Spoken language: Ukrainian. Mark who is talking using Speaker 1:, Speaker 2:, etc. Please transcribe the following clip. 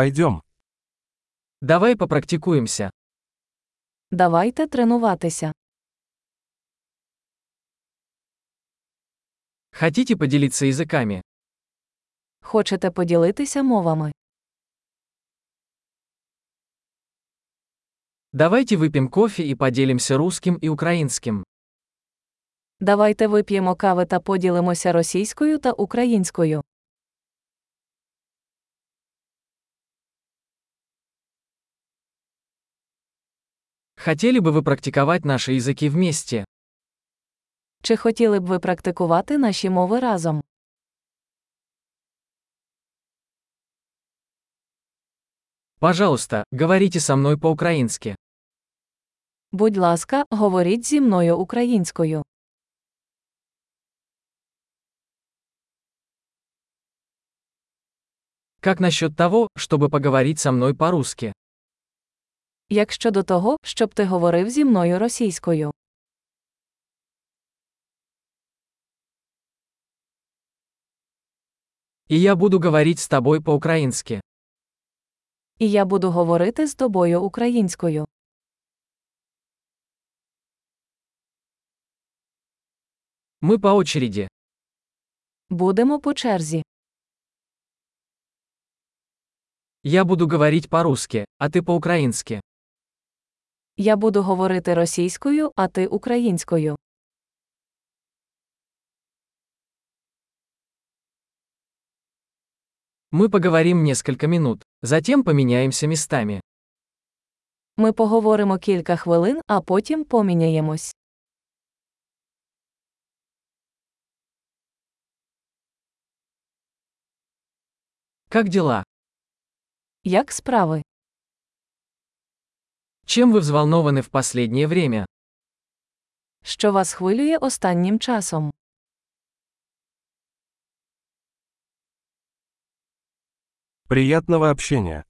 Speaker 1: Пойдем.
Speaker 2: Давай попрактикуемся.
Speaker 3: Давайте тренуватися.
Speaker 2: Хотите поделиться языками?
Speaker 3: Хочете поділитися мовами?
Speaker 2: Давайте выпьем кофе и поделимся русским и украинским.
Speaker 3: Давайте вип'ємо кави та поділимося російською та українською.
Speaker 2: Хотели бы вы практиковать наши языки вместе?
Speaker 3: Чи хотіли б ви практикувати наші мови разом?
Speaker 2: Пожалуйста, говорите со мной по-украински.
Speaker 3: Будь ласка, говоріть зі мною українською.
Speaker 2: Как насчет того, чтобы поговорить со мной по-русски?
Speaker 3: Як щодо того, щоб ти говорив зі мною російською.
Speaker 2: И я буду говорить с тобой по-украински.
Speaker 3: І я буду говорити з тобою українською.
Speaker 2: Мы по очереди.
Speaker 3: Будемо по черзі.
Speaker 2: Я буду говорить по-русски, а ты по-украински.
Speaker 3: Я буду говорити російською, а ти українською.
Speaker 2: Мы поговорим несколько минут, затем поменяемся местами.
Speaker 3: Ми поговоримо кілька хвилин, а потім поміняємось.
Speaker 2: Как дела?
Speaker 3: Як справи?
Speaker 2: Чем вы взволнованы в последнее время?
Speaker 3: Що вас хвилює останнім часом?
Speaker 1: Приятного общения.